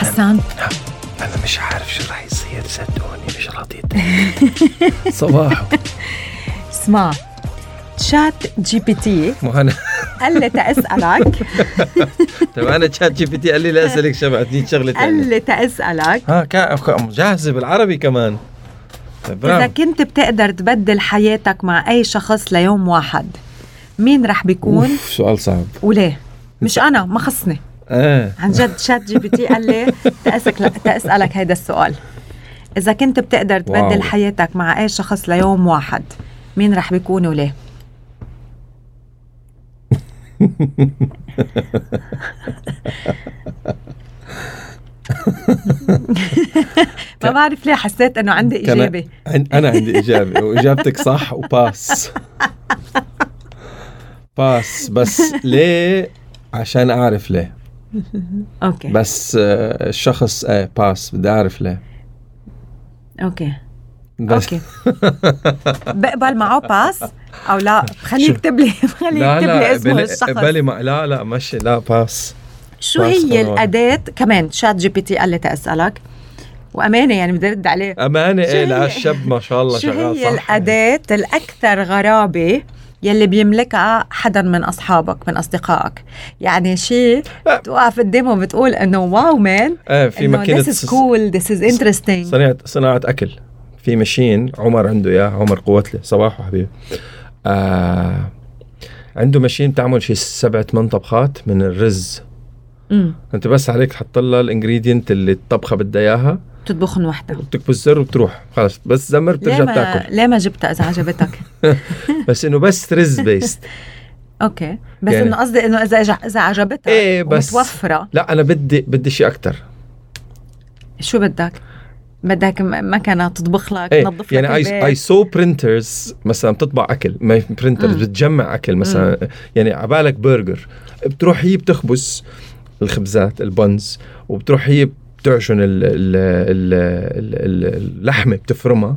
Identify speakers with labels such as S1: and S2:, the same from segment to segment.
S1: غسان
S2: انا نعم، مش عارف شو راح يصير صدقوني مش راضي صباحو
S1: اسمع تشات جي بي تي
S2: مو انا
S1: قال لي تأسألك
S2: طيب انا تشات جي بي تي قال لي لا اسالك شبعتني شغله
S1: قال
S2: ثانيه
S1: لي تأسألك
S2: ها كا- أخ- جاهزه بالعربي كمان طيب
S1: إذا
S2: برافو.
S1: كنت بتقدر تبدل حياتك مع أي شخص ليوم واحد مين رح بيكون
S2: أوف، سؤال صعب
S1: وليه؟ مش أنا ما خصني
S2: ايه
S1: عن جد شات جي بي تي قال لي تأسك تأسألك هيدا السؤال إذا كنت بتقدر تبدل
S2: واو.
S1: حياتك مع أي شخص ليوم واحد مين رح بيكون وليه؟ ما بعرف ليه حسيت انه عندي
S2: كان-
S1: اجابه
S2: عن- انا عندي اجابه واجابتك صح وباس باس بس ليه عشان اعرف ليه
S1: اوكي
S2: بس آه، الشخص ايه باس بدي اعرف ليه
S1: اوكي
S2: بس
S1: اوكي بقبل معه باس او لا خليه
S2: شو؟
S1: يكتب لي خليه
S2: لا
S1: يكتب لي
S2: لا
S1: اسمه
S2: بلي, بلي
S1: الشخص
S2: ما لا لا ماشي لا باس
S1: شو
S2: باس
S1: هي
S2: خلاص.
S1: الاداه كمان شات جي بي تي قال لي تاسالك وامانه يعني بدي ارد عليه
S2: امانه
S1: شو
S2: ايه لا
S1: هي-
S2: الشاب ما شاء الله
S1: شو
S2: شغال
S1: هي
S2: صح
S1: الاداه الاكثر غرابه يلي بيملكها حدا من اصحابك من اصدقائك يعني شيء
S2: لا.
S1: توقف قدامه وبتقول انه واو مان
S2: ايه في
S1: إنه
S2: ماكينه
S1: this is cool this is interesting
S2: صناعه صناعه اكل في ماشين عمر عنده اياه عمر قوتلي صباحو حبيبي آه عنده ماشين بتعمل شي سبع ثمان طبخات من الرز
S1: امم
S2: انت بس عليك تحط لها الانجريدينت اللي الطبخه بدها اياها
S1: بتطبخن وحده
S2: بتكبس الزر وبتروح خلص بس زمر
S1: ليه
S2: بترجع
S1: ما
S2: بتاكل
S1: ليه ما جبتها اذا عجبتك
S2: بس انه بس رز بيست
S1: اوكي بس
S2: يعني-
S1: انه قصدي انه اذا جع- اذا عجبتك
S2: إيه بس-
S1: متوفره
S2: لا انا بدي بدي شيء اكثر
S1: شو بدك؟ بدك م- مكنه تطبخ لك
S2: ايه
S1: تنظف لك
S2: يعني
S1: البيت.
S2: اي اي سو برنترز مثلا بتطبع اكل ما برنترز
S1: مم.
S2: بتجمع اكل مثلا يعني عبالك برجر بتروح هي بتخبز الخبزات البنز وبتروح هي بتعجن ال ال ال ال ال اللحمه بتفرمها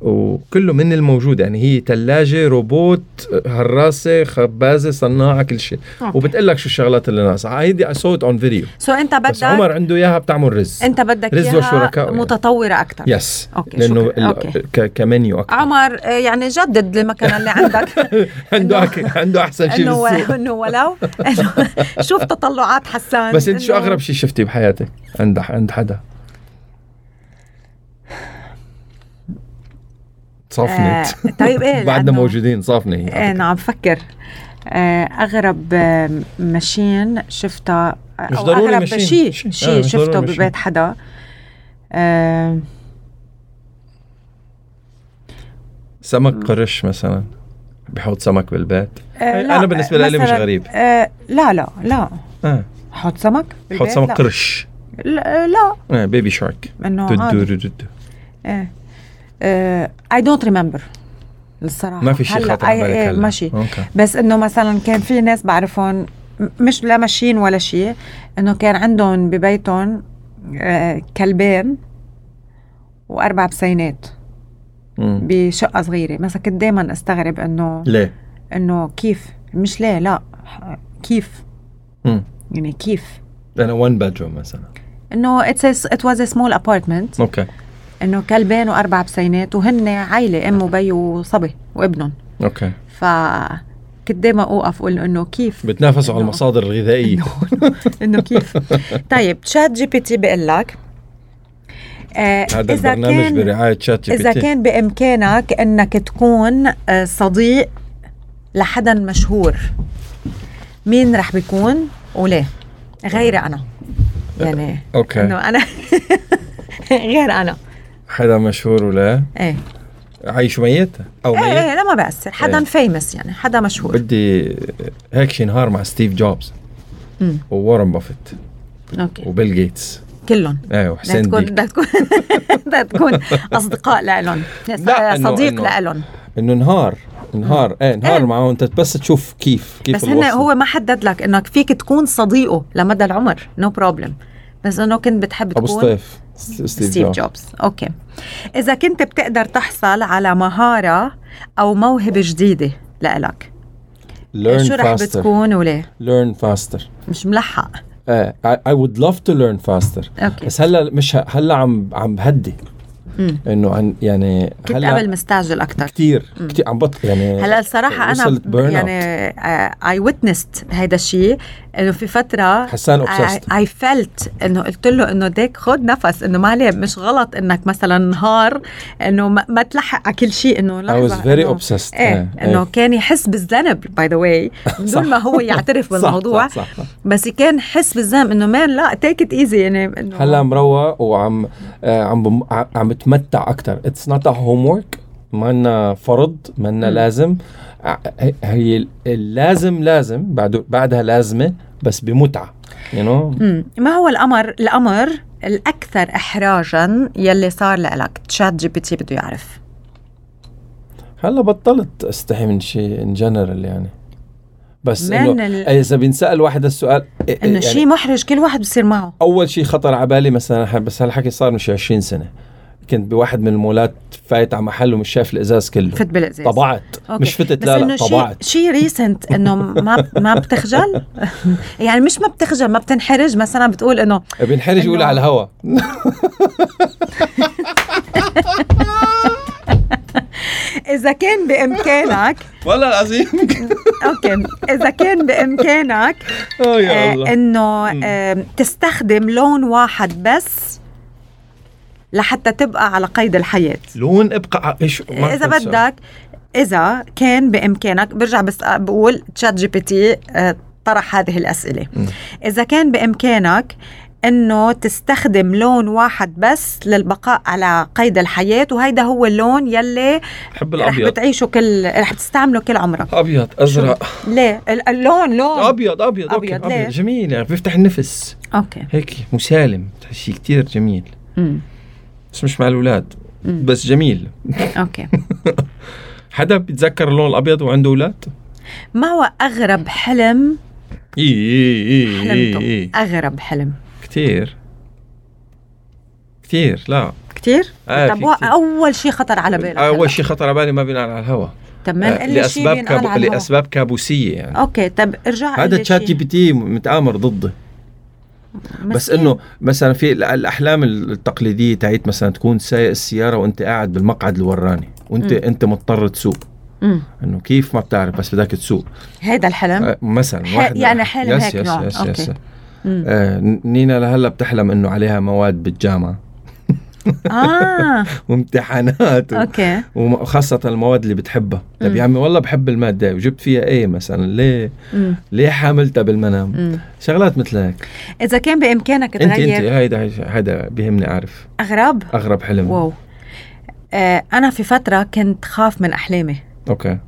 S2: وكله من الموجود يعني هي ثلاجه روبوت هراسه خبازه صناعه كل شيء
S1: أوكي.
S2: وبتقول لك شو الشغلات اللي ناقصه هيدي اي سو اون فيديو
S1: سو انت
S2: بس
S1: بدك
S2: عمر عنده اياها بتعمل رز
S1: انت بدك
S2: رز وشركائه
S1: اياها
S2: يعني.
S1: متطوره اكثر
S2: يس
S1: أوكي،
S2: لانه
S1: شكراً. أوكي.
S2: ال- ك- كمنيو اكثر
S1: عمر آه، يعني جدد المكنه اللي عندك
S2: عنده
S1: إنه-
S2: أكل عنده احسن شيء
S1: انه
S2: بالسوق
S1: انه ولو انه شوف تطلعات حسان
S2: بس انت شو
S1: إنه-
S2: اغرب شيء شفتيه بحياتك عند عند حدا صافنت
S1: آه، طيب ايه
S2: بعدنا
S1: لأنه-
S2: موجودين صافنه هي
S1: ايه
S2: على فكرة.
S1: انا عم فكر آه، اغرب آه، ماشين شفتها آه،
S2: مش
S1: او
S2: ضروري
S1: اغرب
S2: ماشين.
S1: شيء
S2: شيء. آه،
S1: شيء
S2: مش ضروري
S1: شفته
S2: ماشين.
S1: ببيت حدا آه،
S2: سمك قرش مثلا بحط سمك بالبيت
S1: آه، لا،
S2: انا بالنسبه لي مش
S1: مثلاً،
S2: غريب
S1: آه، لا لا لا
S2: اه
S1: حط سمك
S2: بحط
S1: بالبيت؟
S2: سمك
S1: لا. آه،
S2: قرش
S1: لا لا
S2: آه بيبي شارك
S1: انه
S2: دو- دو-
S1: عادي
S2: دو- دو- دو.
S1: اي دونت ريمبر الصراحه
S2: ما في شيء
S1: هلا
S2: خاطر على
S1: إيه،
S2: بالك
S1: إيه،
S2: هلا
S1: ماشي
S2: اوكي
S1: بس انه مثلا كان في ناس بعرفهم م- مش لا ماشيين ولا شيء انه كان عندهم ببيتهم آه، كلبين واربع بسينات
S2: مم.
S1: بشقه صغيره مثلا كنت دائما استغرب انه
S2: ليه؟
S1: انه كيف مش ليه لا كيف
S2: مم.
S1: يعني كيف
S2: انا 1 بيدروم مثلا
S1: انه اتس ات واز سمول ابارتمنت
S2: اوكي
S1: انه كلبين واربع بسينات وهن عيله ام وبي وصبي وابنهم
S2: اوكي
S1: ف كنت دايما اوقف اقول انه كيف
S2: بتنافسوا على
S1: إنه-
S2: المصادر الغذائيه
S1: انه كيف طيب تشات جي بي تي بقول لك آه
S2: هذا
S1: اذا
S2: البرنامج
S1: كان
S2: برعايه شات جي
S1: اذا
S2: بي تي
S1: كان بامكانك انك تكون آه، صديق لحدا مشهور مين رح بيكون وليه غير انا يعني
S2: اوكي
S1: انه انا غير انا
S2: حدا مشهور ولا
S1: ايه
S2: عايش ميت او
S1: ايه
S2: ميت
S1: ايه لا ما بأثر حدا
S2: إيه.
S1: فيمس يعني حدا مشهور
S2: بدي هيك شي نهار مع ستيف جوبز
S1: مم.
S2: ووارن بافيت
S1: اوكي
S2: وبيل جيتس
S1: كلهم
S2: ايه
S1: بدها
S2: وحسين
S1: تكون
S2: ديك
S1: بدها تكون بدها تكون اصدقاء لإلهم
S2: لا، إنه-
S1: صديق
S2: إنه-
S1: لإلهم
S2: انه نهار نهار ايه
S1: إيه.
S2: نهار معه انت بس تشوف كيف كيف
S1: بس هن
S2: الوصل.
S1: هو ما حدد لك انك فيك تكون صديقه لمدى العمر نو no بروبلم بس انه كنت بتحب
S2: ابو
S1: تكون
S2: سطيف س- ستيف
S1: ستيف
S2: جوبز
S1: جوبز اوكي اذا كنت بتقدر تحصل على مهاره او موهبه جديده لإلك
S2: ليرن
S1: شو رح
S2: فاستر
S1: بتكون وليه
S2: ليرن فاستر
S1: مش ملحق
S2: آه I would love to learn faster
S1: اوكي
S2: بس هلا مش ه- هلا عم عم بهدي
S1: مم.
S2: انه عن يعني
S1: كنت قبل مستعجل اكثر
S2: كثير
S1: مم.
S2: كثير عم بط يعني
S1: هلا الصراحة أنا
S2: وصلت burnout.
S1: يعني اي ويتنست هيدا الشيء إنه في فترة
S2: حسان obsessed.
S1: اي فيلت إنه قلت له إنه ديك خد نفس إنه مالي مش غلط إنك مثلا نهار إنه ما, ما تلحق على كل شيء إنه
S2: I was
S1: لحظة
S2: very
S1: إنه-
S2: obsessed إيه.
S1: ايه انه كان يحس بالذنب باي ذا واي بدون ما هو يعترف بالموضوع
S2: صح صح صح, صح.
S1: بس كان يحس بالذنب انه مان لا تيك ات ايزي يعني انه
S2: هلا مروق وعم آه عم بم... ع- عم بتمتع اكثر اتس نوت هوم ورك منا فرض منا
S1: مم.
S2: لازم ع- هي- هي ال- اللازم لازم بعد بعدها لازمه بس بمتعه يو نو
S1: مم. ما هو الامر الامر الاكثر احراجا يلي صار لك تشات جي بي تي بده يعرف
S2: هلا بطلت استحي من شيء ان جنرال يعني بس
S1: من
S2: انه
S1: ال...
S2: اذا بينسال واحد السؤال إيه- إيه
S1: انه
S2: يعني
S1: شيء محرج كل واحد بصير معه
S2: اول شيء خطر على بالي مثلا ح- بس هالحكي صار من شي 20 سنه كنت بواحد من المولات فايت على محل ومش شايف الازاز كله
S1: فت بالازاز
S2: طبعت
S1: أوكي.
S2: مش فتت
S1: بس
S2: لا
S1: انه
S2: لا
S1: شيء
S2: طبعت
S1: شيء ريسنت انه ما ما بتخجل يعني مش ما بتخجل ما بتنحرج مثلا بتقول انه
S2: بينحرج يقول
S1: إنه-
S2: على الهوا
S1: اذا كان بامكانك
S2: والله العظيم
S1: اوكي اذا كان بامكانك
S2: اه يا
S1: آه،
S2: الله
S1: انه
S2: مم.
S1: آه، تستخدم لون واحد بس لحتى تبقى على قيد الحياه
S3: لون ابقى ع- ايش ما
S1: اذا
S3: أحسن.
S1: بدك اذا كان بامكانك برجع بس بقول تشات جي بي تي آه، طرح هذه الاسئله
S3: مم.
S1: اذا كان بامكانك انه تستخدم لون واحد بس للبقاء على قيد الحياه وهيدا هو اللون يلي
S3: بحب
S1: رح
S3: الابيض
S1: بتعيشه كل رح تستعمله كل عمرك
S3: ابيض ازرق
S1: ليه ال- اللون لون
S3: ابيض ابيض أوكي،
S1: أبيض، ليه؟
S3: ابيض جميل يعني بيفتح النفس
S1: اوكي
S3: هيك مسالم شيء كتير جميل
S1: امم
S3: بس مش مع الاولاد
S1: أمم.
S3: بس جميل
S1: اوكي
S3: حدا بيتذكر اللون الابيض وعنده اولاد؟
S1: ما هو اغرب حلم
S3: اي
S2: إيه،
S3: اي اي
S1: حلمته
S3: اي
S1: اغرب حلم
S3: كثير كثير لا
S1: كتير
S3: آه،
S1: طب
S3: في
S1: هو
S3: كتير. آه،
S1: اول شيء خطر على بالك هلأ.
S3: اول شيء خطر على بالي ما بينقال على الهواء
S1: طب ما
S3: آه،
S1: نقول لي شيء
S3: لاسباب
S1: بينقال
S3: كابو...
S1: على الهوا. آه،
S3: لاسباب كابوسيه يعني
S1: اوكي طب ارجع
S2: هذا تشات جي بي تي متآمر ضده بس
S1: إيه؟
S2: انه مثلا في ال- الاحلام التقليديه تاعت مثلا تكون سايق السياره وانت قاعد بالمقعد الوراني وانت
S1: مم.
S2: انت مضطر تسوق انه كيف ما بتعرف بس بدك تسوق
S1: هذا الحلم
S2: آه، مثلا
S1: ح-
S2: واحد من
S1: يعني
S2: الأح-
S1: حلم
S2: يس
S1: هيك
S2: يس
S1: نوع.
S2: يس,
S1: أوكي.
S2: يس, يس
S1: مم.
S2: آه ن- نينا لهلا بتحلم انه عليها مواد بالجامعه
S1: اه
S2: وامتحانات و-
S1: اوكي
S2: وخاصة المواد اللي بتحبها طب
S1: مم.
S2: يا عمي والله بحب المادة وجبت فيها ايه مثلا ليه
S1: مم.
S2: ليه حاملتها بالمنام
S1: مم.
S2: شغلات مثل هيك
S1: اذا كان بامكانك
S2: انت انت
S1: تغير
S2: هيدا هيدا بيهمني اعرف
S1: اغرب
S2: اغرب حلم
S1: واو آه انا في فتره كنت خاف من احلامي
S2: اوكي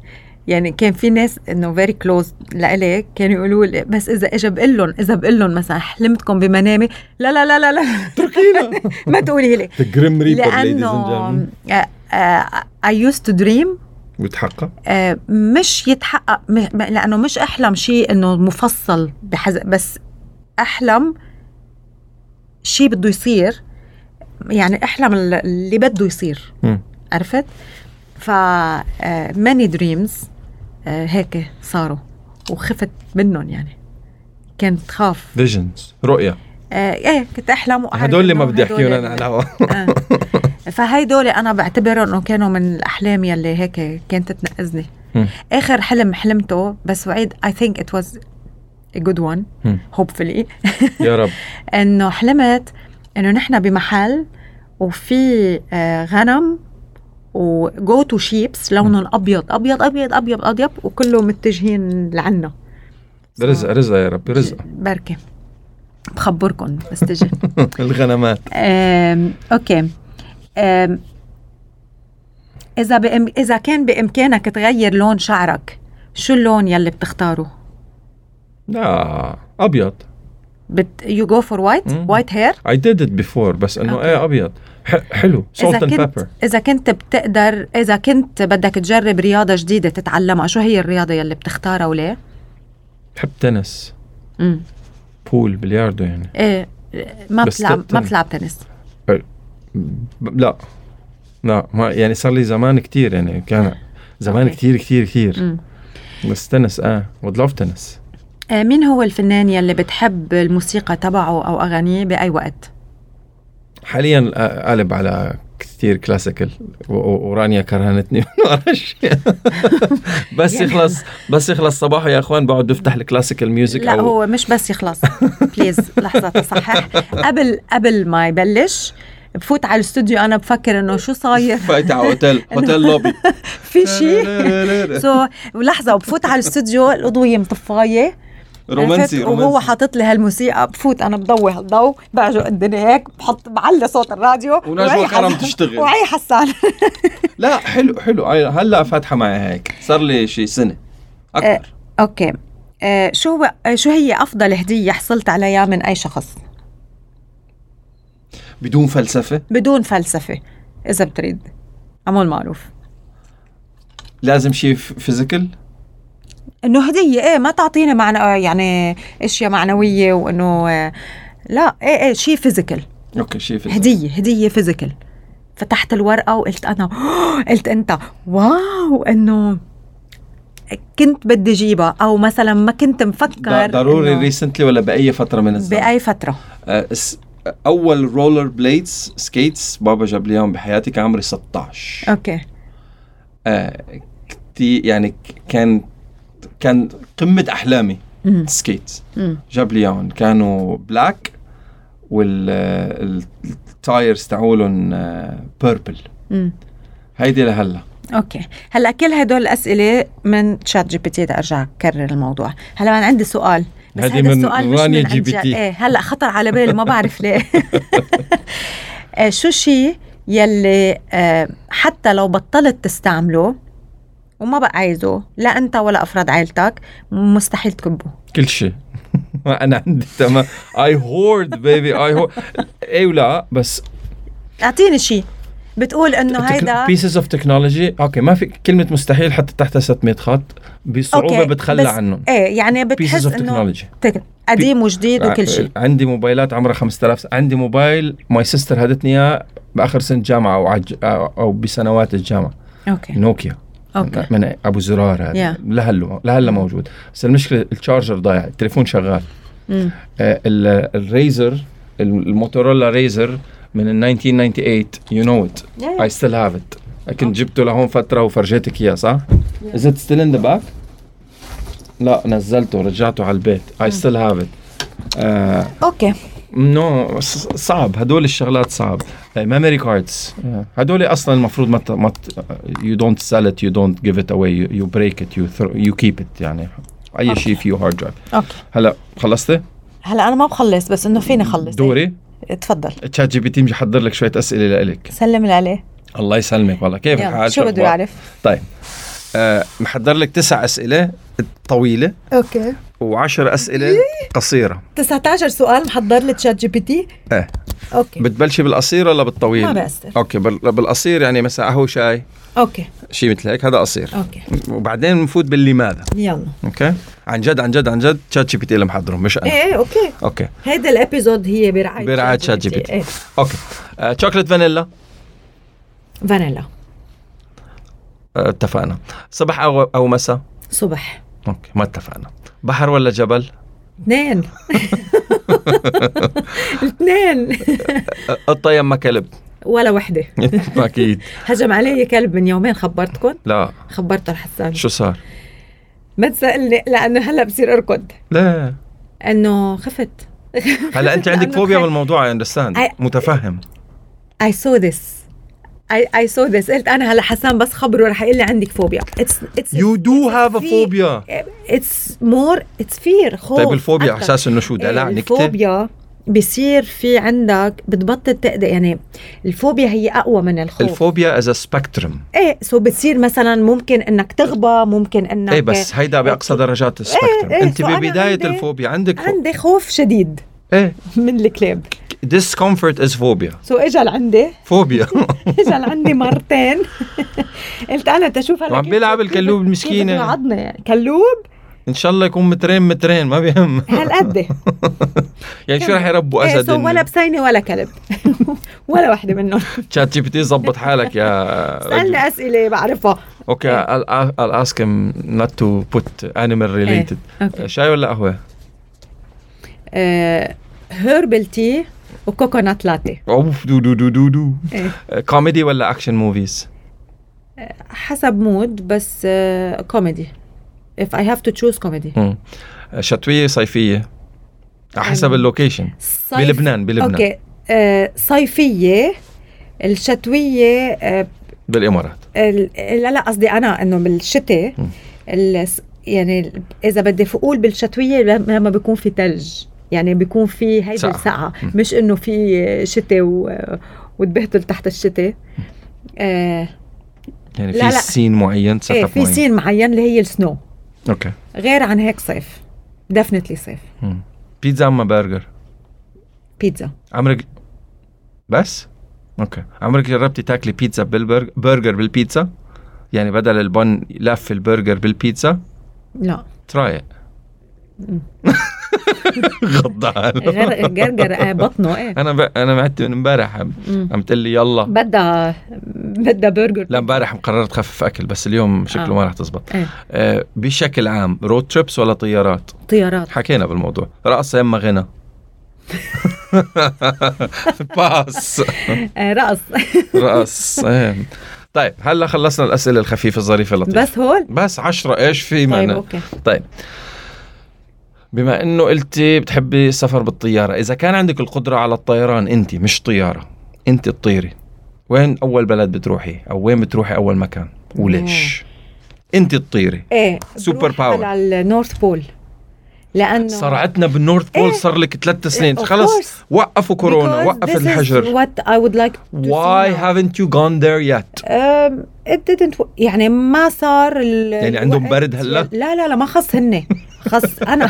S1: يعني كان في ناس انه فيري كلوز لإلي كانوا يقولوا لي بس اذا اجى بقول لهم اذا بقول لهم مثلا حلمتكم بمنامي لا لا لا لا لا
S2: تركينا
S1: ما تقولي لي
S2: ذا جريم ريبر ليديز
S1: لانه
S2: اند
S1: اي used تو دريم
S3: وتحقق
S1: آه، مش يتحقق م- م- لانه مش احلم شيء انه مفصل بحز... بس احلم شيء بده يصير يعني احلم ال- اللي بده يصير
S2: مم.
S1: عرفت ف آه، ماني دريمز آه، هيك صاروا وخفت منهم يعني كنت خاف
S3: فيجنز رؤية
S1: آه، ايه كنت احلم وأعرف
S2: هدول اللي ما
S1: إنه
S2: بدي
S1: هدول
S2: احكيهم
S1: ال-
S2: انا على الهواء
S1: آه. فهيدول انا بعتبرهم انه كانوا من الاحلام يلي هيك كانت تنقذني
S2: مم.
S1: اخر حلم حلمته بس وعيد I think it was a good one
S2: مم.
S1: hopefully
S2: يا رب
S1: انه حلمت انه نحن بمحل وفي آه، غنم وجو تو شيبس لونهم ابيض ابيض ابيض ابيض ابيض وكلهم متجهين لعنا
S3: رزق رزق يا رب رزق
S1: بركي بخبركم بس تجي
S2: الغنمات
S1: أم، اوكي أم، اذا بإم... اذا كان بامكانك تغير لون شعرك شو اللون يلي بتختاره
S3: لا ابيض
S1: بت... you go for white
S3: مم.
S1: white hair
S3: I did it before بس انه
S1: أوكي.
S2: إيه،
S3: ايه ابيض ح- حلو
S1: اذا
S3: salt and
S1: كنت
S3: pepper
S1: اذا كنت بتقدر اذا كنت بدك تجرب رياضه جديده تتعلمها شو هي الرياضه يلي بتختارها وليه
S3: بحب تنس
S1: امم
S3: بول بلياردو يعني
S1: ايه ما
S3: بس
S1: بتلعب ما
S3: تنس.
S1: بتلعب تنس
S3: ب- لا لا ما يعني صار لي زمان كتير يعني كان زمان
S1: أوكي.
S3: كتير كتير كتير
S1: امم
S2: آه،
S3: بس تنس اه would love تنس
S1: آه، مين هو الفنان يلي بتحب الموسيقى تبعه او اغانيه باي وقت؟
S2: حاليا آه، قالب على كثير كلاسيكال و- و- ورانيا كرهنتني من ورا الشيء بس
S1: يعني
S2: يخلص بس يخلص صباحه يا اخوان بقعد بفتح الكلاسيكال ميوزك
S1: لا
S2: او
S1: هو مش بس يخلص بليز لحظه تصحح قبل قبل ما يبلش بفوت على الاستوديو انا بفكر انه شو صاير
S4: فايت على اوتيل اوتيل لوبي
S1: في شيء سو لحظه وبفوت على الاستوديو الاضويه مطفايه
S4: رومانسي
S1: عرفت؟ وهو
S4: رومانسي
S1: حاطط لي هالموسيقى بفوت انا بضوي هالضو بعجق الدنيا هيك بحط بعلي صوت الراديو
S4: ونجوى
S1: وعي
S4: كرم
S1: حسان-
S4: تشتغل.
S1: وعي حسان
S4: لا حلو حلو عي- هلا فاتحه معي هيك صار لي شي سنه
S1: إيه.
S4: اكثر
S1: اوكي آه شو هو آه، شو هي افضل هديه حصلت عليها من اي شخص
S4: بدون فلسفه
S1: بدون فلسفه اذا بتريد عمول معروف
S4: لازم شيء فيزيكال
S1: انه هديه ايه ما تعطينا معنى يعني اشياء معنويه وانه آه، لا ايه ايه شيء فيزيكال
S4: اوكي شيء فيزيكال
S1: هديه هديه فيزيكال فتحت الورقه وقلت انا قلت انت واو انه كنت بدي جيبها او مثلا ما كنت مفكر
S4: ض- ضروري
S1: إنه
S4: ريسنتلي ولا باي فتره من الزمن
S1: باي فتره
S4: آه، اس- اول رولر بليدز سكيتس بابا جاب لي اياهم بحياتي كان عمري 16
S1: اوكي
S4: آه كتير يعني ك- كان كان قمه احلامي
S1: أمم،
S4: سكيتس
S1: أمم.
S4: جاب لي اياهم كانوا بلاك والتايرز تاعولهم بيربل
S1: أمم.
S4: آه، هيدي لهلا
S1: اوكي هلا كل هدول الاسئله من تشات جي بي تي بدي ارجع كرر الموضوع هلا انا عندي سؤال بس
S2: هذه
S1: هذا
S2: من
S1: السؤال مش
S2: رانيا
S1: من
S2: جي
S1: عند
S2: بي
S1: جا-
S2: تي.
S1: ايه هلا خطر على بالي ما بعرف ليه آه، شو شي يلي آه، حتى لو بطلت تستعمله وما بقى عايزه لا انت ولا افراد عائلتك مستحيل تكبه
S2: كل شيء انا عندي تمام اي هورد بيبي اي هورد اي إيه ولا بس
S1: اعطيني شي بتقول انه هيدا
S2: بيسز اوف تكنولوجي اوكي ما في كلمه مستحيل حتى تحتها 600 خط بصعوبه
S1: أوكي،
S2: بتخلى
S1: بس
S2: عنهم
S1: ايه يعني بتحس
S2: بيسز اوف
S1: انه
S2: تكنولوجي
S1: تك- قديم وجديد وكل شيء
S2: آه، عندي موبايلات عمرها 5000 عندي موبايل ماي سيستر هدتني اياه باخر سنه جامعه او عج... او بسنوات الجامعه
S1: اوكي
S2: نوكيا
S1: اوكي
S2: من ابو زرار هذا
S1: Yeah.
S2: لهلا لهلا موجود بس المشكله التشارجر ضايع التليفون شغال
S1: مم.
S2: آه، ال- الريزر الموتورولا ريزر من ال 1998 يو نو ات
S1: Yeah.
S2: اي ستيل هاف ات كنت جبته لهون فتره وفرجيتك اياه صح؟ از ات ستيل ان ذا باك؟ لا نزلته رجعته على البيت اي ستيل هاف ات
S1: اوكي
S2: نو صعب هدول الشغلات صعب ميموري كاردز هدول اصلا المفروض ما ت- ما يو دونت سيل ات يو دونت جيف ات اواي يو بريك ات يو يو كيب ات يعني اي شيء فيه هارد درايف
S1: اوكي
S2: هلا خلصتي؟
S1: هلا انا ما بخلص بس انه فيني اخلص
S2: دوري
S1: إيه، تفضل
S2: تشات جي بي تي محضر لك شويه اسئله لك
S1: سلم لي عليه
S2: الله يسلمك والله كيف
S1: يلا
S2: الحال
S1: شو بده
S2: أخبارك؟
S1: يعرف
S2: طيب آه محضر لك تسع اسئله طويله
S1: اوكي
S2: وعشر اسئله
S1: إيه؟
S2: قصيره
S1: 19 سؤال محضر لي تشات جي بي تي
S2: إيه.
S1: اوكي
S2: بتبلشي بالقصير ولا بالطويل؟
S1: ما بأثر.
S2: اوكي بال- بالقصير يعني مثلا قهوه شاي
S1: اوكي
S2: شيء مثل هيك هذا قصير
S1: اوكي
S2: وبعدين بنفوت باللماذا
S1: يلا
S2: اوكي عن جد عن جد عن جد تشات جي بي تي اللي محضره مش انا
S1: ايه ايه اوكي
S2: اوكي
S1: هيدا الابيزود هي برعايه
S2: برعاية ChatGPT.
S1: إيه.
S2: اوكي آه، شوكليت فانيلا
S1: فانيلا
S2: آه، اتفقنا صبح او او مساء
S1: صبح
S2: اوكي ما اتفقنا بحر ولا جبل
S1: اثنين الاثنين
S2: آه، قطه يما كلب
S1: ولا وحده
S2: اكيد
S1: هجم علي كلب من يومين خبرتكم
S2: لا
S1: خبرته لحسان
S2: شو صار
S1: ما تسالني لانه هلا بصير اركض
S2: لا
S1: انه خفت
S2: هلا انت عندك
S1: لأنه
S2: فوبيا
S1: خايف.
S2: بالموضوع اي اندرستاند
S1: I-
S2: متفهم
S1: I saw this I, I saw this قلت انا هلا حسان بس خبره رح يقول لي عندك فوبيا اتس اتس
S2: يو دو هاف ا
S1: في-
S2: فوبيا
S1: اتس مور اتس فير خوف
S2: طيب الفوبيا على
S1: أكتر.
S2: اساس انه شو دلع نكته
S1: إيه، الفوبيا بصير في عندك بتبطل تقدر يعني الفوبيا هي اقوى من الخوف الفو...
S2: الفوبيا از سبكترم
S1: ايه سو بتصير مثلا ممكن انك تغبى ممكن انك
S2: اي إيه، بس هيدا باقصى درجات السبكترم
S1: نعم، إيه،
S2: انت
S1: فأنا
S2: ببدايه
S1: عندي-
S2: الفوبيا عندك فوبيا
S1: عندي خوف شديد
S2: ايه
S1: من الكلاب
S2: discomfort از فوبيا
S1: سو اجى لعندي
S2: فوبيا
S1: اجى لعندي مرتين قلت انا تشوف هلا
S2: وعم
S1: كيف-
S2: بيلعب
S1: كيف-
S2: الكلوب
S1: كيف
S2: المسكينة.
S1: بده يعضنا يعني كلوب
S2: ان شاء الله يكون مترين مترين ما بيهم
S1: هالقد
S2: يعني شو رح يربوا
S1: إيه،
S2: اسد
S1: سو ولا
S2: إن-
S1: بسينه ولا كلب ولا وحده منهم
S2: تشات جي بي تي ظبط حالك يا
S1: سالني
S2: رجل.
S1: اسئله بعرفها
S2: Okay,
S1: Yeah.
S2: I'll, a- I'll ask him not to put animal
S1: إيه،
S2: related.
S1: اوكي
S2: شاي ولا قهوة؟
S1: آه، هيربل تي وكوكونات لاتي
S2: أوف دو دو دو دو دو
S1: إيه.
S2: كوميدي ولا أكشن موفيز؟
S1: حسب مود بس كوميدي if I have to choose comedy
S2: آه، شتوية صيفية على حسب
S1: أم.
S2: اللوكيشن
S1: صيف-
S2: بلبنان بلبنان
S1: اوكي آه، صيفيه الشتويه آه،
S2: بالإمارات
S1: ال- لا لا قصدي انا انه بالشتاء
S2: مم.
S1: الس- يعني ال- اذا بدي اقول بالشتويه لم- لما بيكون في ثلج يعني بيكون في هيدي
S2: سقعة.
S1: السقعه
S2: مم.
S1: مش انه في شتاء و- وتبهدل تحت الشتاء آه
S2: يعني
S1: لا،
S2: في
S1: لا.
S2: سين معين
S1: ايه
S2: سيت
S1: في سين معين اللي هي السنو
S2: اوكي
S1: غير عن هيك صيف دفنتلي صيف
S2: مم. بيتزا أما برجر
S1: بيتزا
S2: عمرك بس؟ اوكي عمرك جربتي تاكلي بيتزا بالبرجر برجر بالبيتزا؟ يعني بدل البن لف البرجر بالبيتزا
S1: لا
S2: تراي
S1: مم.
S2: غضان
S1: غير غرغر آه، بطنه ايه
S2: انا ب... انا معدت من امبارح عم,
S1: مم.
S2: عم تقول لي يلا
S1: بدها بدها برجر
S2: لا امبارح قررت خفف اكل بس اليوم شكله
S1: آه.
S2: ما راح تزبط
S1: إيه.
S2: آه بشكل عام رود تريبس ولا طيارات
S1: طيارات
S2: حكينا بالموضوع رقص يا اما غنى باس
S1: آه، رقص
S2: رقص إيه. طيب هلا خلصنا الاسئله الخفيفه الظريفه اللطيفه
S1: بس هول
S2: بس عشرة ايش في
S1: طيب
S2: معنا
S1: اوكي
S2: طيب بما انه قلتي بتحبي السفر بالطياره اذا كان عندك القدره على الطيران انت مش طياره انت تطيري وين اول بلد بتروحي او وين بتروحي اول مكان وليش انت تطيري
S1: ايه
S2: سوبر
S1: بروح
S2: باور.
S1: على النورث بول لانه
S2: صرعتنا بالنورث بول صار لك ثلاث سنين
S1: إيه. Of
S2: خلص
S1: course.
S2: وقفوا كورونا
S1: Because
S2: وقف
S1: this is
S2: الحجر
S1: what I would like to see
S2: Why
S1: now.
S2: haven't you gone there yet؟
S1: Um, it didn't wo- يعني ما صار ال...
S2: يعني عندهم
S1: الوقت
S2: برد هلا؟
S1: يل- لا لا لا ما خص هن خص انا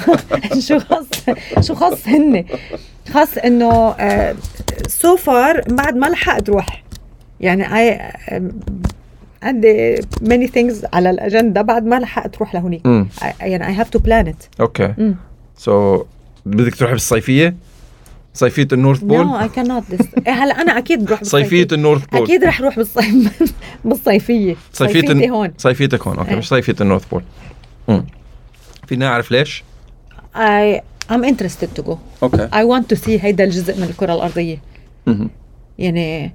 S1: شو خص شو خص هن خص انه سو فار بعد ما لحقت روح يعني I, um, عندي many things على الاجنده بعد ما لحقت روح لهونيك
S2: امم
S1: I- يعني I have to plan it
S2: اوكي
S1: مم.
S2: سو بدك تروحي بالصيفيه؟ صيفيه النورث بول؟
S1: نو اي كانوت إيه، هلا انا اكيد بروح
S2: صيفيه النورث بول
S1: اكيد رح روح بالصيف بالصيفيه
S2: صيفية
S1: صيفيتي هون
S2: صيفيتك هون اوكي
S1: إيه.
S2: مش صيفيه النورث بول امم فينا اعرف ليش؟
S1: I I'm interested to go
S2: اوكي
S1: I want to see هيدا الجزء من الكرة الأرضية
S2: Mm-hmm.
S1: يعني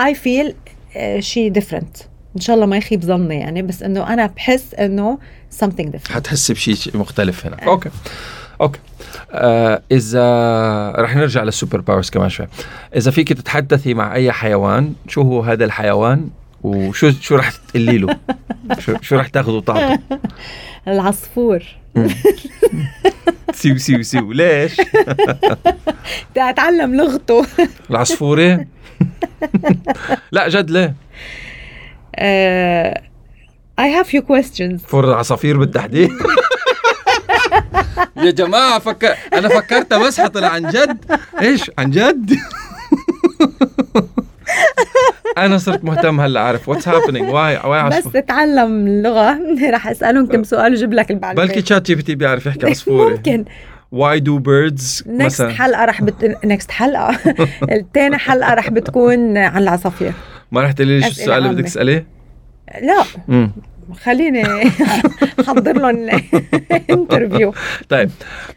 S1: I feel uh, شيء different إن شاء الله ما يخيب ظني يعني بس إنه أنا بحس إنه something different
S2: حتحس بشيء مختلف هنا اوكي اوكي آه اذا رح نرجع للسوبر باورز كمان شوي اذا فيك تتحدثي مع اي حيوان شو هو هذا الحيوان وشو شو رح تقولي له شو, شو رح تاخذه وتعطي
S1: العصفور
S2: سيو سيو سيو ليش
S1: بدي أتعلم لغته
S2: العصفوره لا جد ليه
S1: uh, I have few questions
S2: فور العصافير بالتحديد يا جماعة فكر أنا فكرتها مسحة طلع عن جد إيش عن جد أنا صرت مهتم هلا أعرف واتس هابينج واي واي
S1: بس
S2: عصفور
S1: تتعلم اللغة رح أسألهم كم سؤال وجيب لك المعلومات
S2: بلكي تشات جي بي تي بيعرف يحكي عصفوري
S1: ممكن
S2: واي دو بيردز
S1: نكست
S2: مثلا
S1: حلقة رح بت... نكست حلقة التاني حلقة رح بتكون عن العصافير
S2: ما رح تقولي لي شو
S1: أسئلة
S2: السؤال اللي بدك
S1: عامة.
S2: تسأليه؟
S1: لا
S2: مم.
S1: خليني احضر لهم انترفيو
S2: طيب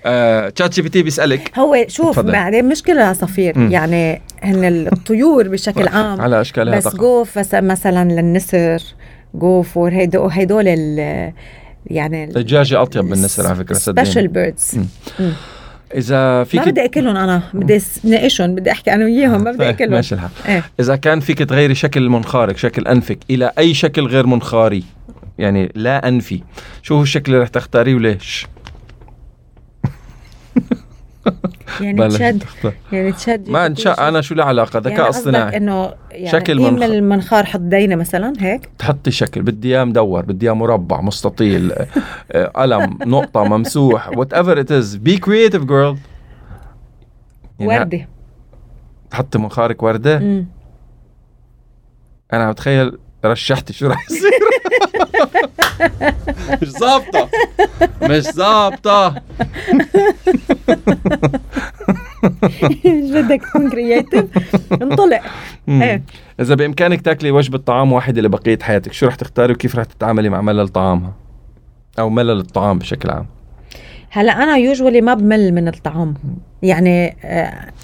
S2: آه، تشات جي بي تي بيسألك
S1: هو شوف
S2: تفضل.
S1: بعدين مشكله العصافير
S2: مم.
S1: يعني هن الطيور بشكل عام
S2: على أشكالها
S1: بس
S2: تقع
S1: جو فس- مثلا للنسر جو فور هيدو هيدول ال- يعني
S2: الدجاجة طيب، أطيب بالنسبة على فكرة
S1: سبيشال
S2: صدقيني
S1: بيردز
S2: مم. إذا
S1: ما
S2: فيك
S1: بدي اكلهم انا بدي أس- ناقشهم بدي احكي انا وياهم ما بدي
S2: طيب،
S1: اكلهم
S2: ماشي الحال
S1: إيه.
S2: إذا كان فيك تغيري شكل منخارك شكل أنفك إلى أي شكل غير منخاري يعني لا أنفي شو هو الشكل اللي رح تختاريه وليش؟
S1: يعني
S2: بلاش
S1: تشد
S2: تختار.
S1: يعني تشد
S2: ما إن شاء أنا شو له علاقة
S1: يعني
S2: ذكاء
S1: قصدك
S2: اصطناعي
S1: انه يعني
S2: شكل
S1: شكل
S2: منخ-
S1: المنخار حط دينه مثلا هيك
S2: تحطي شكل بدي إياه مدور بدي إياه مربع مستطيل آه، آه، قلم نقطة ممسوح وات ايفر ات از بي كرييتيف جيرل
S1: وردي
S2: يعني تحطي منخارك وردة
S1: مم.
S2: أنا عم بتخيل رشحتي شو رح يصير مش ظابطة مش ظابطة
S1: مش بدك تكون كرييتيف انطلق
S2: مم.
S1: إيه.
S2: اذا بامكانك تاكلي وجبه طعام واحده لبقيه حياتك شو رح تختاري وكيف رح تتعاملي مع ملل طعامها او ملل الطعام بشكل عام
S1: هلا انا يوجولي ما بمل من الطعام يعني آه،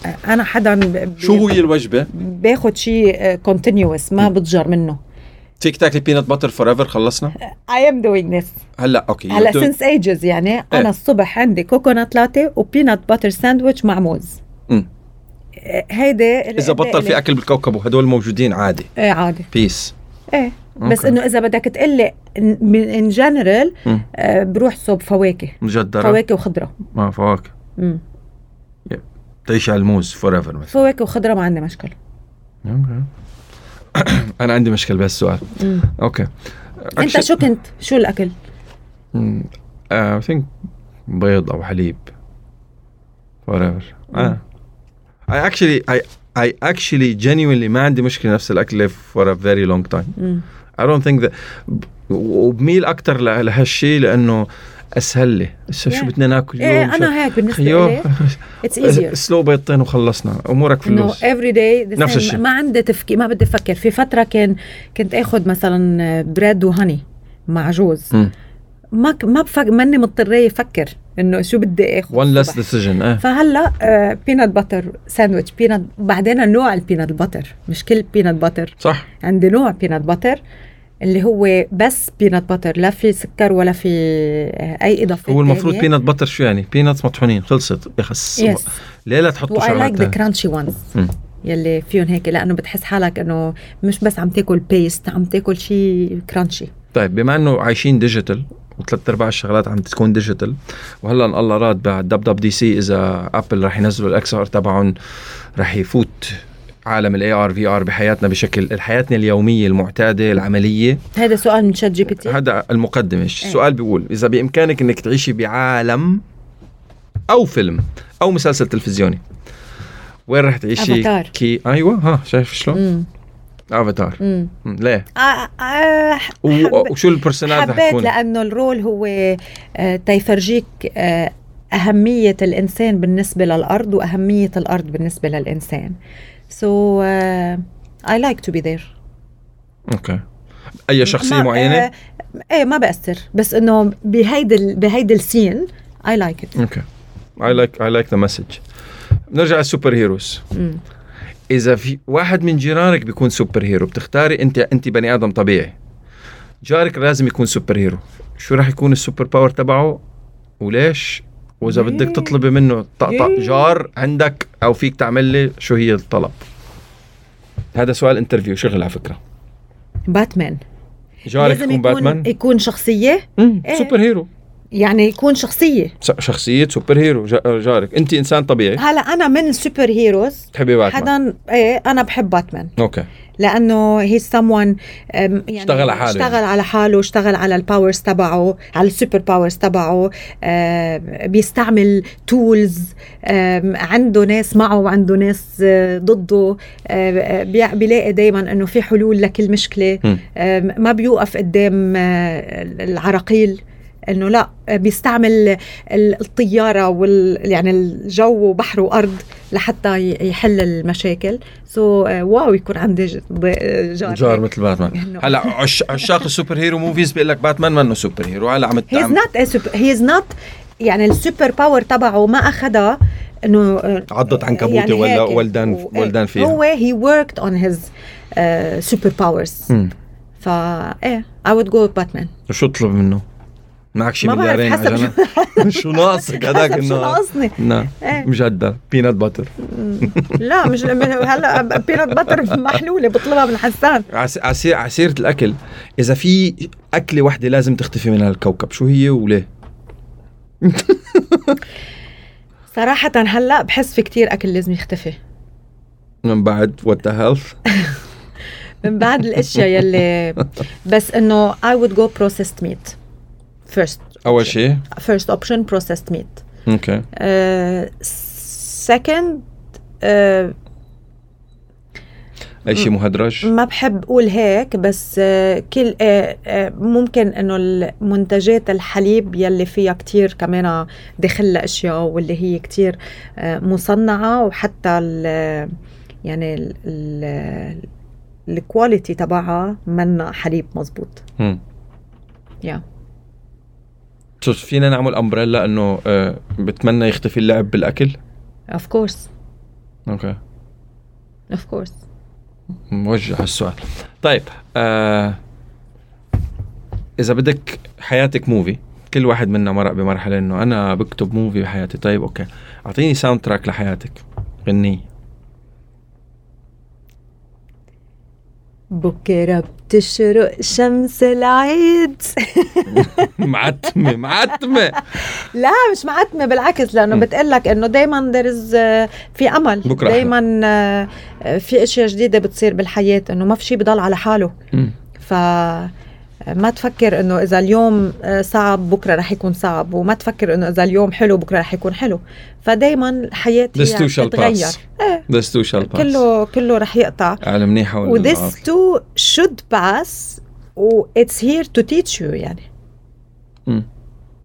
S1: آه، انا حدا ب- ب-
S5: شو هي الوجبه؟
S1: باخد شيء كونتينيوس ما بتجر منه
S5: فيك تاكلي بينات باتر فور ايفر خلصنا؟
S1: I am doing this
S5: هلا اوكي
S1: هلا
S5: You're doing-
S1: سنس ايجز يعني
S5: إيه.
S1: انا الصبح عندي كوكونات لاتي وبينات باتر ساندويتش مع موز
S5: مم.
S1: آه، هيدي
S5: اذا بطل في
S1: اكل
S5: اكل بالكوكب وهدول موجودين عادي
S1: ايه عادي
S5: بيس
S1: ايه بس
S2: أوكي.
S1: انه اذا بدك تقلي ان جنرال
S2: مم.
S1: آه، بروح صوب فواكه
S2: مجدره
S1: فواكه وخضره
S2: ما فواكه
S1: مم.
S2: تعيش على الموز فور ايفر مثلا
S1: فواكه وخضره ما عندي مشكله
S2: أوكي. انا عندي مشكله بهالسؤال
S1: مم.
S2: اوكي
S1: انت شو كنت شو الاكل
S2: Hmm. اي ثينك Uh, بيض او حليب فور ايفر انا اي اكشلي اي Hmm. I actually genuinely ما عندي مشكله نفس الاكله for a very long time.
S1: مم.
S2: I don't think that ب- وبميل اكثر لهالشيء لانه اسهل لي، هسه شو
S1: Yeah.
S2: بدنا ناكل
S1: ايه
S2: اليوم؟
S1: انا هيك بالنسبه
S2: خيو
S1: لي اتس ايزير
S2: سلو بيضتين وخلصنا، امورك
S1: انه
S2: فلوس.
S1: افري داي
S2: نفس الشيء.
S1: ما عندي تفكير ما بدي افكر في فتره كان كنت اخذ مثلا بريد وهني مع جوز
S2: مم.
S1: ما ك- ما بفكر ماني مضطريه افكر انه شو بدي اخذ
S2: One less
S1: الصبح.
S2: decision ايه
S1: فهلا آه، بينات باتر ساندويتش بينات بعدين نوع البينات باتر مش كل بينات باتر
S2: صح
S1: عندي نوع بينات باتر اللي هو بس بينات باتر لا في سكر ولا في آه، اي اضافات
S2: هو المفروض
S1: تانية.
S2: بينات بتر شو يعني؟ بيناتس مطحونين خلصت يا خس
S1: Yes.
S2: ليه لا تحطوا
S1: واي لايك
S2: شغلات
S1: ذا
S2: تانية؟
S1: كرانشي وانز
S2: مم.
S1: يلي فيهم هيك لانه بتحس حالك انه مش بس عم تاكل بيست عم تاكل شيء كرانشي
S2: طيب بما انه عايشين ديجيتال وثلاث ارباع الشغلات عم تكون ديجيتال وهلا إن الله راد بعد دب دب دي سي اذا ابل رح ينزلوا الاكس ار تبعهم رح يفوت عالم الاي ار في ار بحياتنا بشكل حياتنا اليوميه المعتاده العمليه
S1: هذا سؤال من شات جي بي تي
S2: هذا المقدمة
S1: إيه.
S2: السؤال بيقول إذا بإمكانك أنك تعيشي بعالم أو فيلم أو مسلسل تلفزيوني وين رح تعيشي
S1: أفاتار.
S2: كي أيوة ها شايف شلون
S1: مم.
S2: أفاتار
S1: مم.
S2: مم. ليه
S1: آه، آه،
S2: و...
S1: حب-
S2: وشو البرسونال رح
S1: حبيت
S2: تكون
S1: لانه الرول هو آه، تيفرجيك آه، اهميه الانسان بالنسبه للارض واهميه الارض بالنسبه للانسان سو آه، اي لايك تو بي ذير
S2: أوكي أي شخصية معينة
S1: ايه ما بأثر بس انه بهيدي ال- بهيدي السين اي لايك ات
S2: أوكي I like I like the message بنرجع للسوبر هيروز إذا في واحد من جيرانك بيكون سوبر هيرو بتختاري أنت أنت بني آدم طبيعي جارك لازم يكون سوبر هيرو شو راح يكون السوبر باور تبعه وليش وإذا بدك تطلبي منه طقطق
S1: إيه.
S2: جار عندك أو فيك تعمل لي شو هي الطلب هذا سؤال انترفيو شغل على فكرة
S1: باتمان
S2: جارك يكون باتمان
S1: يكون شخصيه
S2: مم،
S1: إيه.
S2: سوبر هيرو
S1: يعني يكون شخصيه
S2: س- شخصية سوبر هيرو جا- جارك أنت إنسان طبيعي
S1: هلا انا من السوبر هيروز
S2: تحبي باتمان
S1: حدا ايه انا بحب باتمان
S2: اوكي
S1: لانه هي someone um, يعني
S2: اشتغل على حاله
S1: اشتغل
S2: يعني.
S1: على حاله اشتغل على الباورز تبعه على السوبر باورز تبعه آه، بيستعمل تولز عنده ناس معه وعنده ناس آه، ضده آه، بي- بيلاقي دايما انه في حلول لكل مشكله
S2: مم.
S1: آه، ما بيوقف قدام آه، العراقيل انه لا آه، بيستعمل ال- الطياره وال يعني الجو وبحر وارض لحتى ي- يحل المشاكل سو so, uh, واو يكون عندي ج- ض- جار
S2: جار مثل باتمان
S1: إنه-
S2: هلا عش... عشاق السوبر هيرو موفيز بيقول لك باتمان منه سوبر هيرو هلا عم
S1: هي از
S2: عم-
S1: نوت هي از نوت يعني السوبر باور تبعه ما اخذها انه آه،
S2: عضت عنكبوتة
S1: يعني
S2: ولا
S1: هيك.
S2: ولدان-
S1: و- إيه.
S2: ولدان فيها.
S1: هو هي وركد اون هيز سوبر باورز
S2: مم.
S1: فا ايه اي وود جو باتمان
S2: شو اطلب منه؟ معك شي
S1: ما بعرف،
S2: مليارين
S1: حسب
S2: عجلة شو ناقصك هذاك
S1: حسب شو
S2: النهار؟
S1: ناقصني
S2: لا
S1: إيه.
S2: مجدر بينات باتر
S1: لا مش هلا بينات باتر محلوله بطلبها من حسان
S2: عس... عسير عسيرة الاكل اذا في اكله واحده لازم تختفي من هالكوكب شو هي وليه؟
S1: صراحة هلا بحس في كتير أكل لازم يختفي
S2: من بعد وات ذا هيلث
S1: من بعد الأشياء يلي بس إنه I would go processed meat first
S2: اول شيء
S1: first option processed meat
S2: اوكي
S1: uh, second uh,
S2: اي شيء مهدرج
S1: ما بحب اقول هيك بس آه، كل آه، آه، ممكن انه المنتجات الحليب يلي فيها كتير كمان داخلها اشياء واللي هي كتير آه، مصنعه وحتى ال يعني ال- ال- الكواليتي تبعها منا حليب مزبوط
S2: مم.
S1: يا.
S2: سو فينا نعمل امبريلا انه آه، بتمنى يختفي اللعب بالاكل
S1: اوف كورس
S2: اوكي
S1: اوف كورس
S2: موجه السؤال طيب آه اذا بدك حياتك موفي كل واحد منا مرق بمرحله انه انا بكتب موفي بحياتي طيب اوكي اعطيني ساوند تراك لحياتك غنيه
S1: بكره بتشرق شمس العيد
S2: معتمه معتمه
S1: لا مش معتمه بالعكس لانه
S2: مم.
S1: بتقول لك انه دائما درز آه، في امل
S2: بكرة أحلى.
S1: دائما في اشياء جديده بتصير بالحياه انه ما في شيء بضل على حاله
S2: مم.
S1: ف آه، ما تفكر انه اذا اليوم آه، صعب بكره رح يكون صعب وما تفكر انه اذا اليوم حلو بكره رح يكون حلو فدائما الحياه
S2: This
S1: هي
S2: too shall
S1: بتتغير
S2: pass. This too shall pass. آه،
S1: كله كله رح يقطع
S2: على منيحه ولا
S1: وذس تو شود باس و اتس هير تو تيتش يو يعني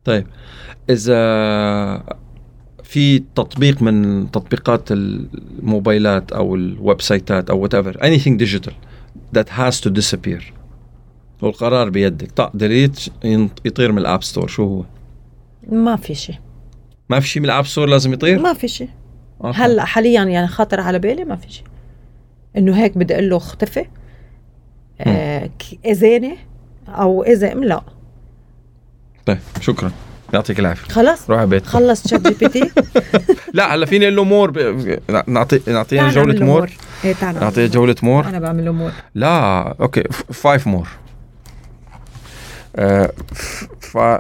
S2: طيب اذا في تطبيق من تطبيقات الموبايلات او الويب سايتات او وات ايفر اني ثينج ديجيتال ذات هاز تو ديسابير والقرار بيدك طق ديليت يطير من الاب ستور شو هو؟
S1: ما في شيء
S2: ما في شيء من الاب ستور لازم يطير؟
S1: ما في شيء
S2: أوكي.
S1: هلا حاليا يعني خاطر على بالي ما في شيء انه هيك بدي اقول له اختفي آه، ك- اذانه او اذا لا
S2: طيب شكرا يعطيك العافيه
S1: خلاص
S2: روح على بيت
S1: خلص شات جي بي تي
S2: لا هلا فيني اقول له مور ب... نعطي نعطينا
S1: تعال نعمل
S2: جوله
S1: له
S2: مور
S1: ايه تعال نعمل
S2: نعطيها
S1: له
S2: جوله مور
S1: مور. انا بعمل له مور
S2: لا اوكي فايف مور آه،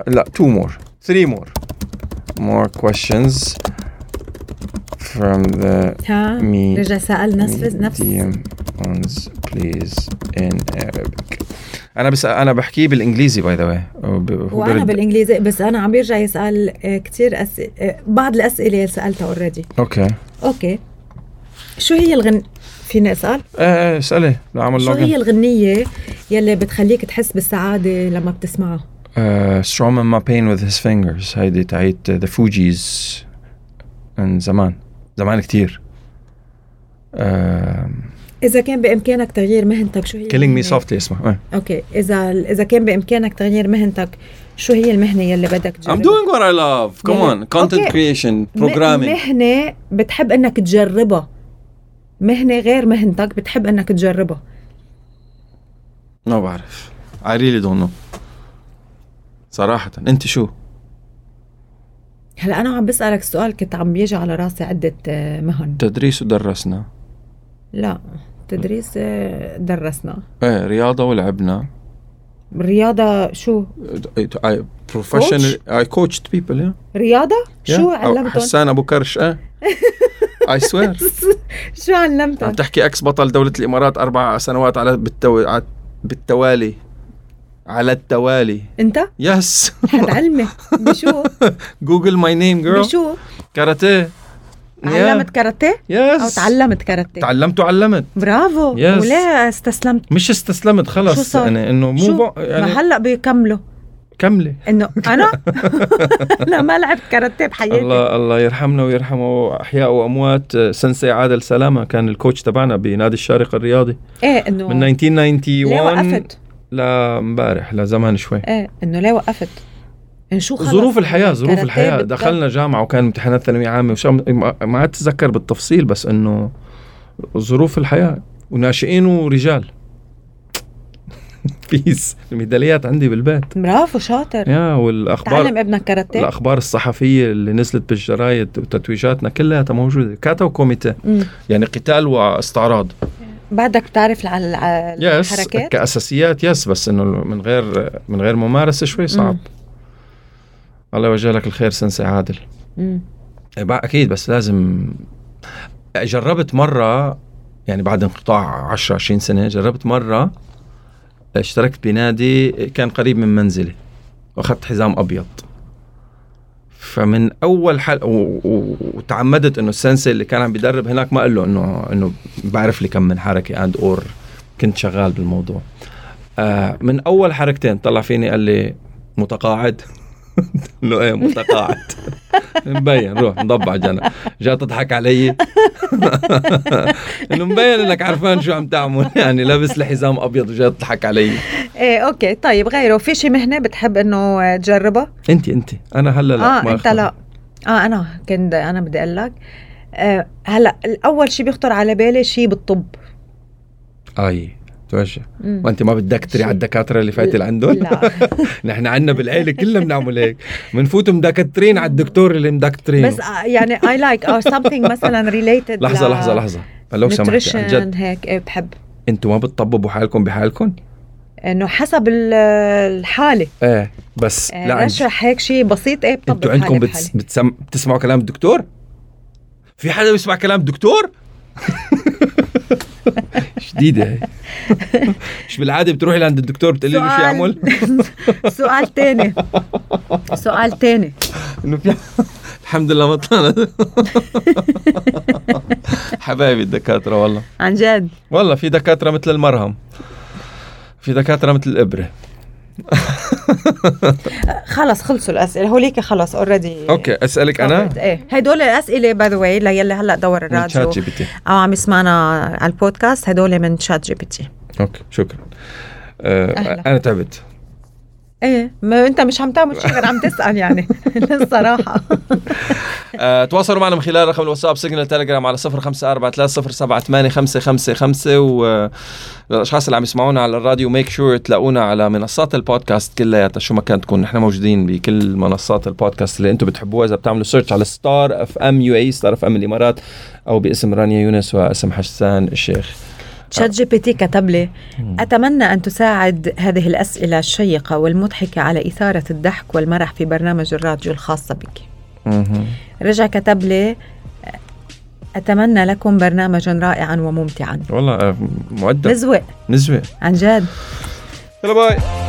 S2: لا تو مور ثري مور more questions from the
S1: ها
S2: me
S1: رجع سال نفس نفس
S2: medium ones please in Arabic انا بس انا بحكيه بالانجليزي باي ذا واي
S1: وانا بالانجليزي بس انا عم بيرجع يسال آه، كتير أس... آه، بعض الاسئله اللي سالتها اوريدي
S2: اوكي
S1: اوكي شو هي الغن فيني اسال
S2: ايه اسالي لا اعمل
S1: شو هي
S2: لوجن
S1: الغنيه يلي بتخليك تحس بالسعاده لما بتسمعها
S2: strawman Uh, my pain with his fingers uh, هيدي تاعت ذا فوجيز من زمان زمان كتير آم،
S1: إذا كان بإمكانك تغيير مهنتك شو هي؟
S2: كيلينج مي
S1: المهنة؟
S2: سوفتلي اسمه ايه.
S1: أوكي، إذا إذا كان بإمكانك تغيير مهنتك شو هي المهنة يلي بدك تجربها؟
S5: I'm doing what I love. Come
S1: Yeah.
S5: on. Content
S1: Okay.
S5: creation,
S1: م-
S5: programming.
S1: مهنة بتحب إنك تجربها مهنة غير مهنتك بتحب إنك تجربها
S5: ما بعرف. I really don't know. صراحة انت شو؟
S1: هلا أنا عم بسألك سؤال كنت عم بيجي على راسي عدة آه، مهن
S5: تدريس ودرسنا.
S1: لا تدريس آه، درسنا
S5: ايه رياضة ولعبنا.
S1: الرياضة شو؟
S5: I professional I coached people yeah.
S1: رياضة؟ شو
S5: Yeah. أو
S1: علمتهم؟
S5: حسان ابو كرش ايه. I swear.
S1: شو
S5: عم
S1: علمتهم؟
S5: تحكي اكس بطل دولة الامارات اربع سنوات على بالتو... ع- بالتوالي على التوالي
S1: أنت؟
S5: يس
S1: حتعلمي بشو؟
S5: جوجل ماي نيم جيرل
S1: بشو؟
S5: كاراتيه
S1: علمت كاراتيه؟ او
S5: يس
S1: تعلمت كاراتيه
S5: تعلمت وعلمت
S1: برافو
S2: Yes.
S1: ولا استسلمت
S2: مش استسلمت
S1: شو
S2: خلص
S1: صار؟
S2: يعني انه
S1: شو؟
S2: مو بق-
S1: يعني ما
S2: يعني
S1: هلا بيكملوا
S2: كملي
S1: انه انا لا ما لعبت كاراتيه بحياتي
S2: الله الله يرحمنا ويرحمه احياء واموات آه، سنسي عادل سلامه كان الكوتش تبعنا بنادي الشارقه الرياضي
S1: ايه انه
S2: من
S1: ليه
S2: 1991
S1: وقفت؟
S2: لامبارح لزمان شوي
S1: ايه انه ليه وقفت؟ إن شو خلص
S2: ظروف الحياة ظروف
S1: كاراتيه
S2: الحياة
S1: بت-
S2: دخلنا جامعة وكان امتحانات ثانوية عامة وشام ما- ما عاد تذكر بالتفصيل بس انه ظروف الحياة وناشئين ورجال بيس الميداليات عندي بالبيت
S1: برافو شاطر
S2: يا والاخبار
S1: تعلم ابنك كاراتيه
S2: الاخبار الصحفية اللي نزلت بالجرايد وتتويجاتنا كلها موجودة كاتا وكوميتي
S1: أمم.
S2: يعني قتال واستعراض
S1: بعدك بتعرف على الع-
S2: يس
S1: الحركات
S2: كاساسيات يس بس انه من غير من غير ممارسة شوي صعب
S1: مم.
S2: الله يوجه لك الخير سنسي عادل
S1: أمم.
S2: بع- اكيد بس لازم جربت مره يعني بعد انقطاع 10 20 سنه جربت مره اشتركت بنادي كان قريب من منزلي واخذت حزام ابيض فمن اول حلقه و- و- وتعمدت انه السنسي اللي كان عم بيدرب هناك ما قال له انه انه بعرف لي كم من حركه اند اور كنت شغال بالموضوع آه من اول حركتين طلع فيني قال لي متقاعد انه ايه متقاعد مبين روح مضبع جنى جا تضحك علي انه مبين انك عرفان شو عم تعمل يعني لابس لحزام ابيض وجاي تضحك علي
S1: ايه اوكي طيب غيره في شي مهنه بتحب انه تجربها
S2: انت انت انا هلا لا
S1: اه
S2: ما
S1: انت
S2: أخذ.
S1: لا اه انا كنت انا بدي اقول لك آه هلا الاول شي بيخطر على بالي شي بالطب
S2: اي توجه
S1: مم.
S2: وانت ما بدك تري على الدكاتره اللي فايت اللي عندهم
S1: لا
S2: نحن عندنا بالعيله كلنا بنعمل هيك بنفوت مدكترين على الدكتور اللي مدكترين
S1: بس آه، يعني اي لايك اور something مثلا ريليتد
S2: لحظه لحظه لحظه لو سمحت عن جد
S1: هيك إيه بحب
S2: انتوا ما بتطببوا حالكم بحالكم؟
S1: انه حسب ال- الحاله
S2: ايه بس
S1: آه،
S2: لا عن جد.
S1: رشح هيك شيء بسيط ايه بطبق
S2: انتوا
S1: حالي
S2: عندكم
S1: بحالي.
S2: بتس... بتسم... بتسمعوا كلام الدكتور؟ في حدا بيسمع كلام الدكتور؟ شديدة هي مش بالعادة بتروحي لعند الدكتور بتقولي له شو يعمل؟
S1: سؤال تاني سؤال تاني
S2: انه في الحمد لله ما طلعنا حبايبي الدكاترة والله
S1: عن جد
S2: والله في دكاترة مثل المرهم في دكاترة مثل الإبرة
S1: خلص خلصوا الاسئله هوليك خلص اوريدي
S2: أوكي أسألك أنا
S1: ايه هدول الاسئله باي ذا واي ليلي هلا دور
S2: من
S1: الراديو
S2: شات جي بي تي
S1: او عم يسمعنا على البودكاست هدول من شات جي بي تي
S2: أوكي شكرا آه
S1: أهلا.
S2: أنا تعبت
S1: ايه ما انت مش عم تعمل شيء غير عم تسال يعني الصراحه
S2: آه، تواصلوا معنا من خلال رقم الواتساب سيجنال تليجرام على 0543078555 وللاشخاص آه، اللي عم يسمعونا على الراديو ميك شور تلاقونا على منصات البودكاست كلياتها شو ما كان تكون نحن موجودين بكل منصات البودكاست اللي انتم بتحبوها اذا بتعملوا سيرش على ستار اف ام يو اي ستار اف ام الامارات او باسم رانيا يونس واسم حسان الشيخ
S1: شات جي بي تي كتب لي أتمنى أن تساعد هذه الأسئلة الشيقة والمضحكة على إثارة الضحك والمرح في برنامج الراديو الخاصة بك
S2: مهم.
S1: رجع كتب لي أتمنى لكم برنامجا رائعا وممتعا
S2: والله آه، مؤدب
S1: مزوق
S2: مزوق
S1: عن جد
S2: يلا باي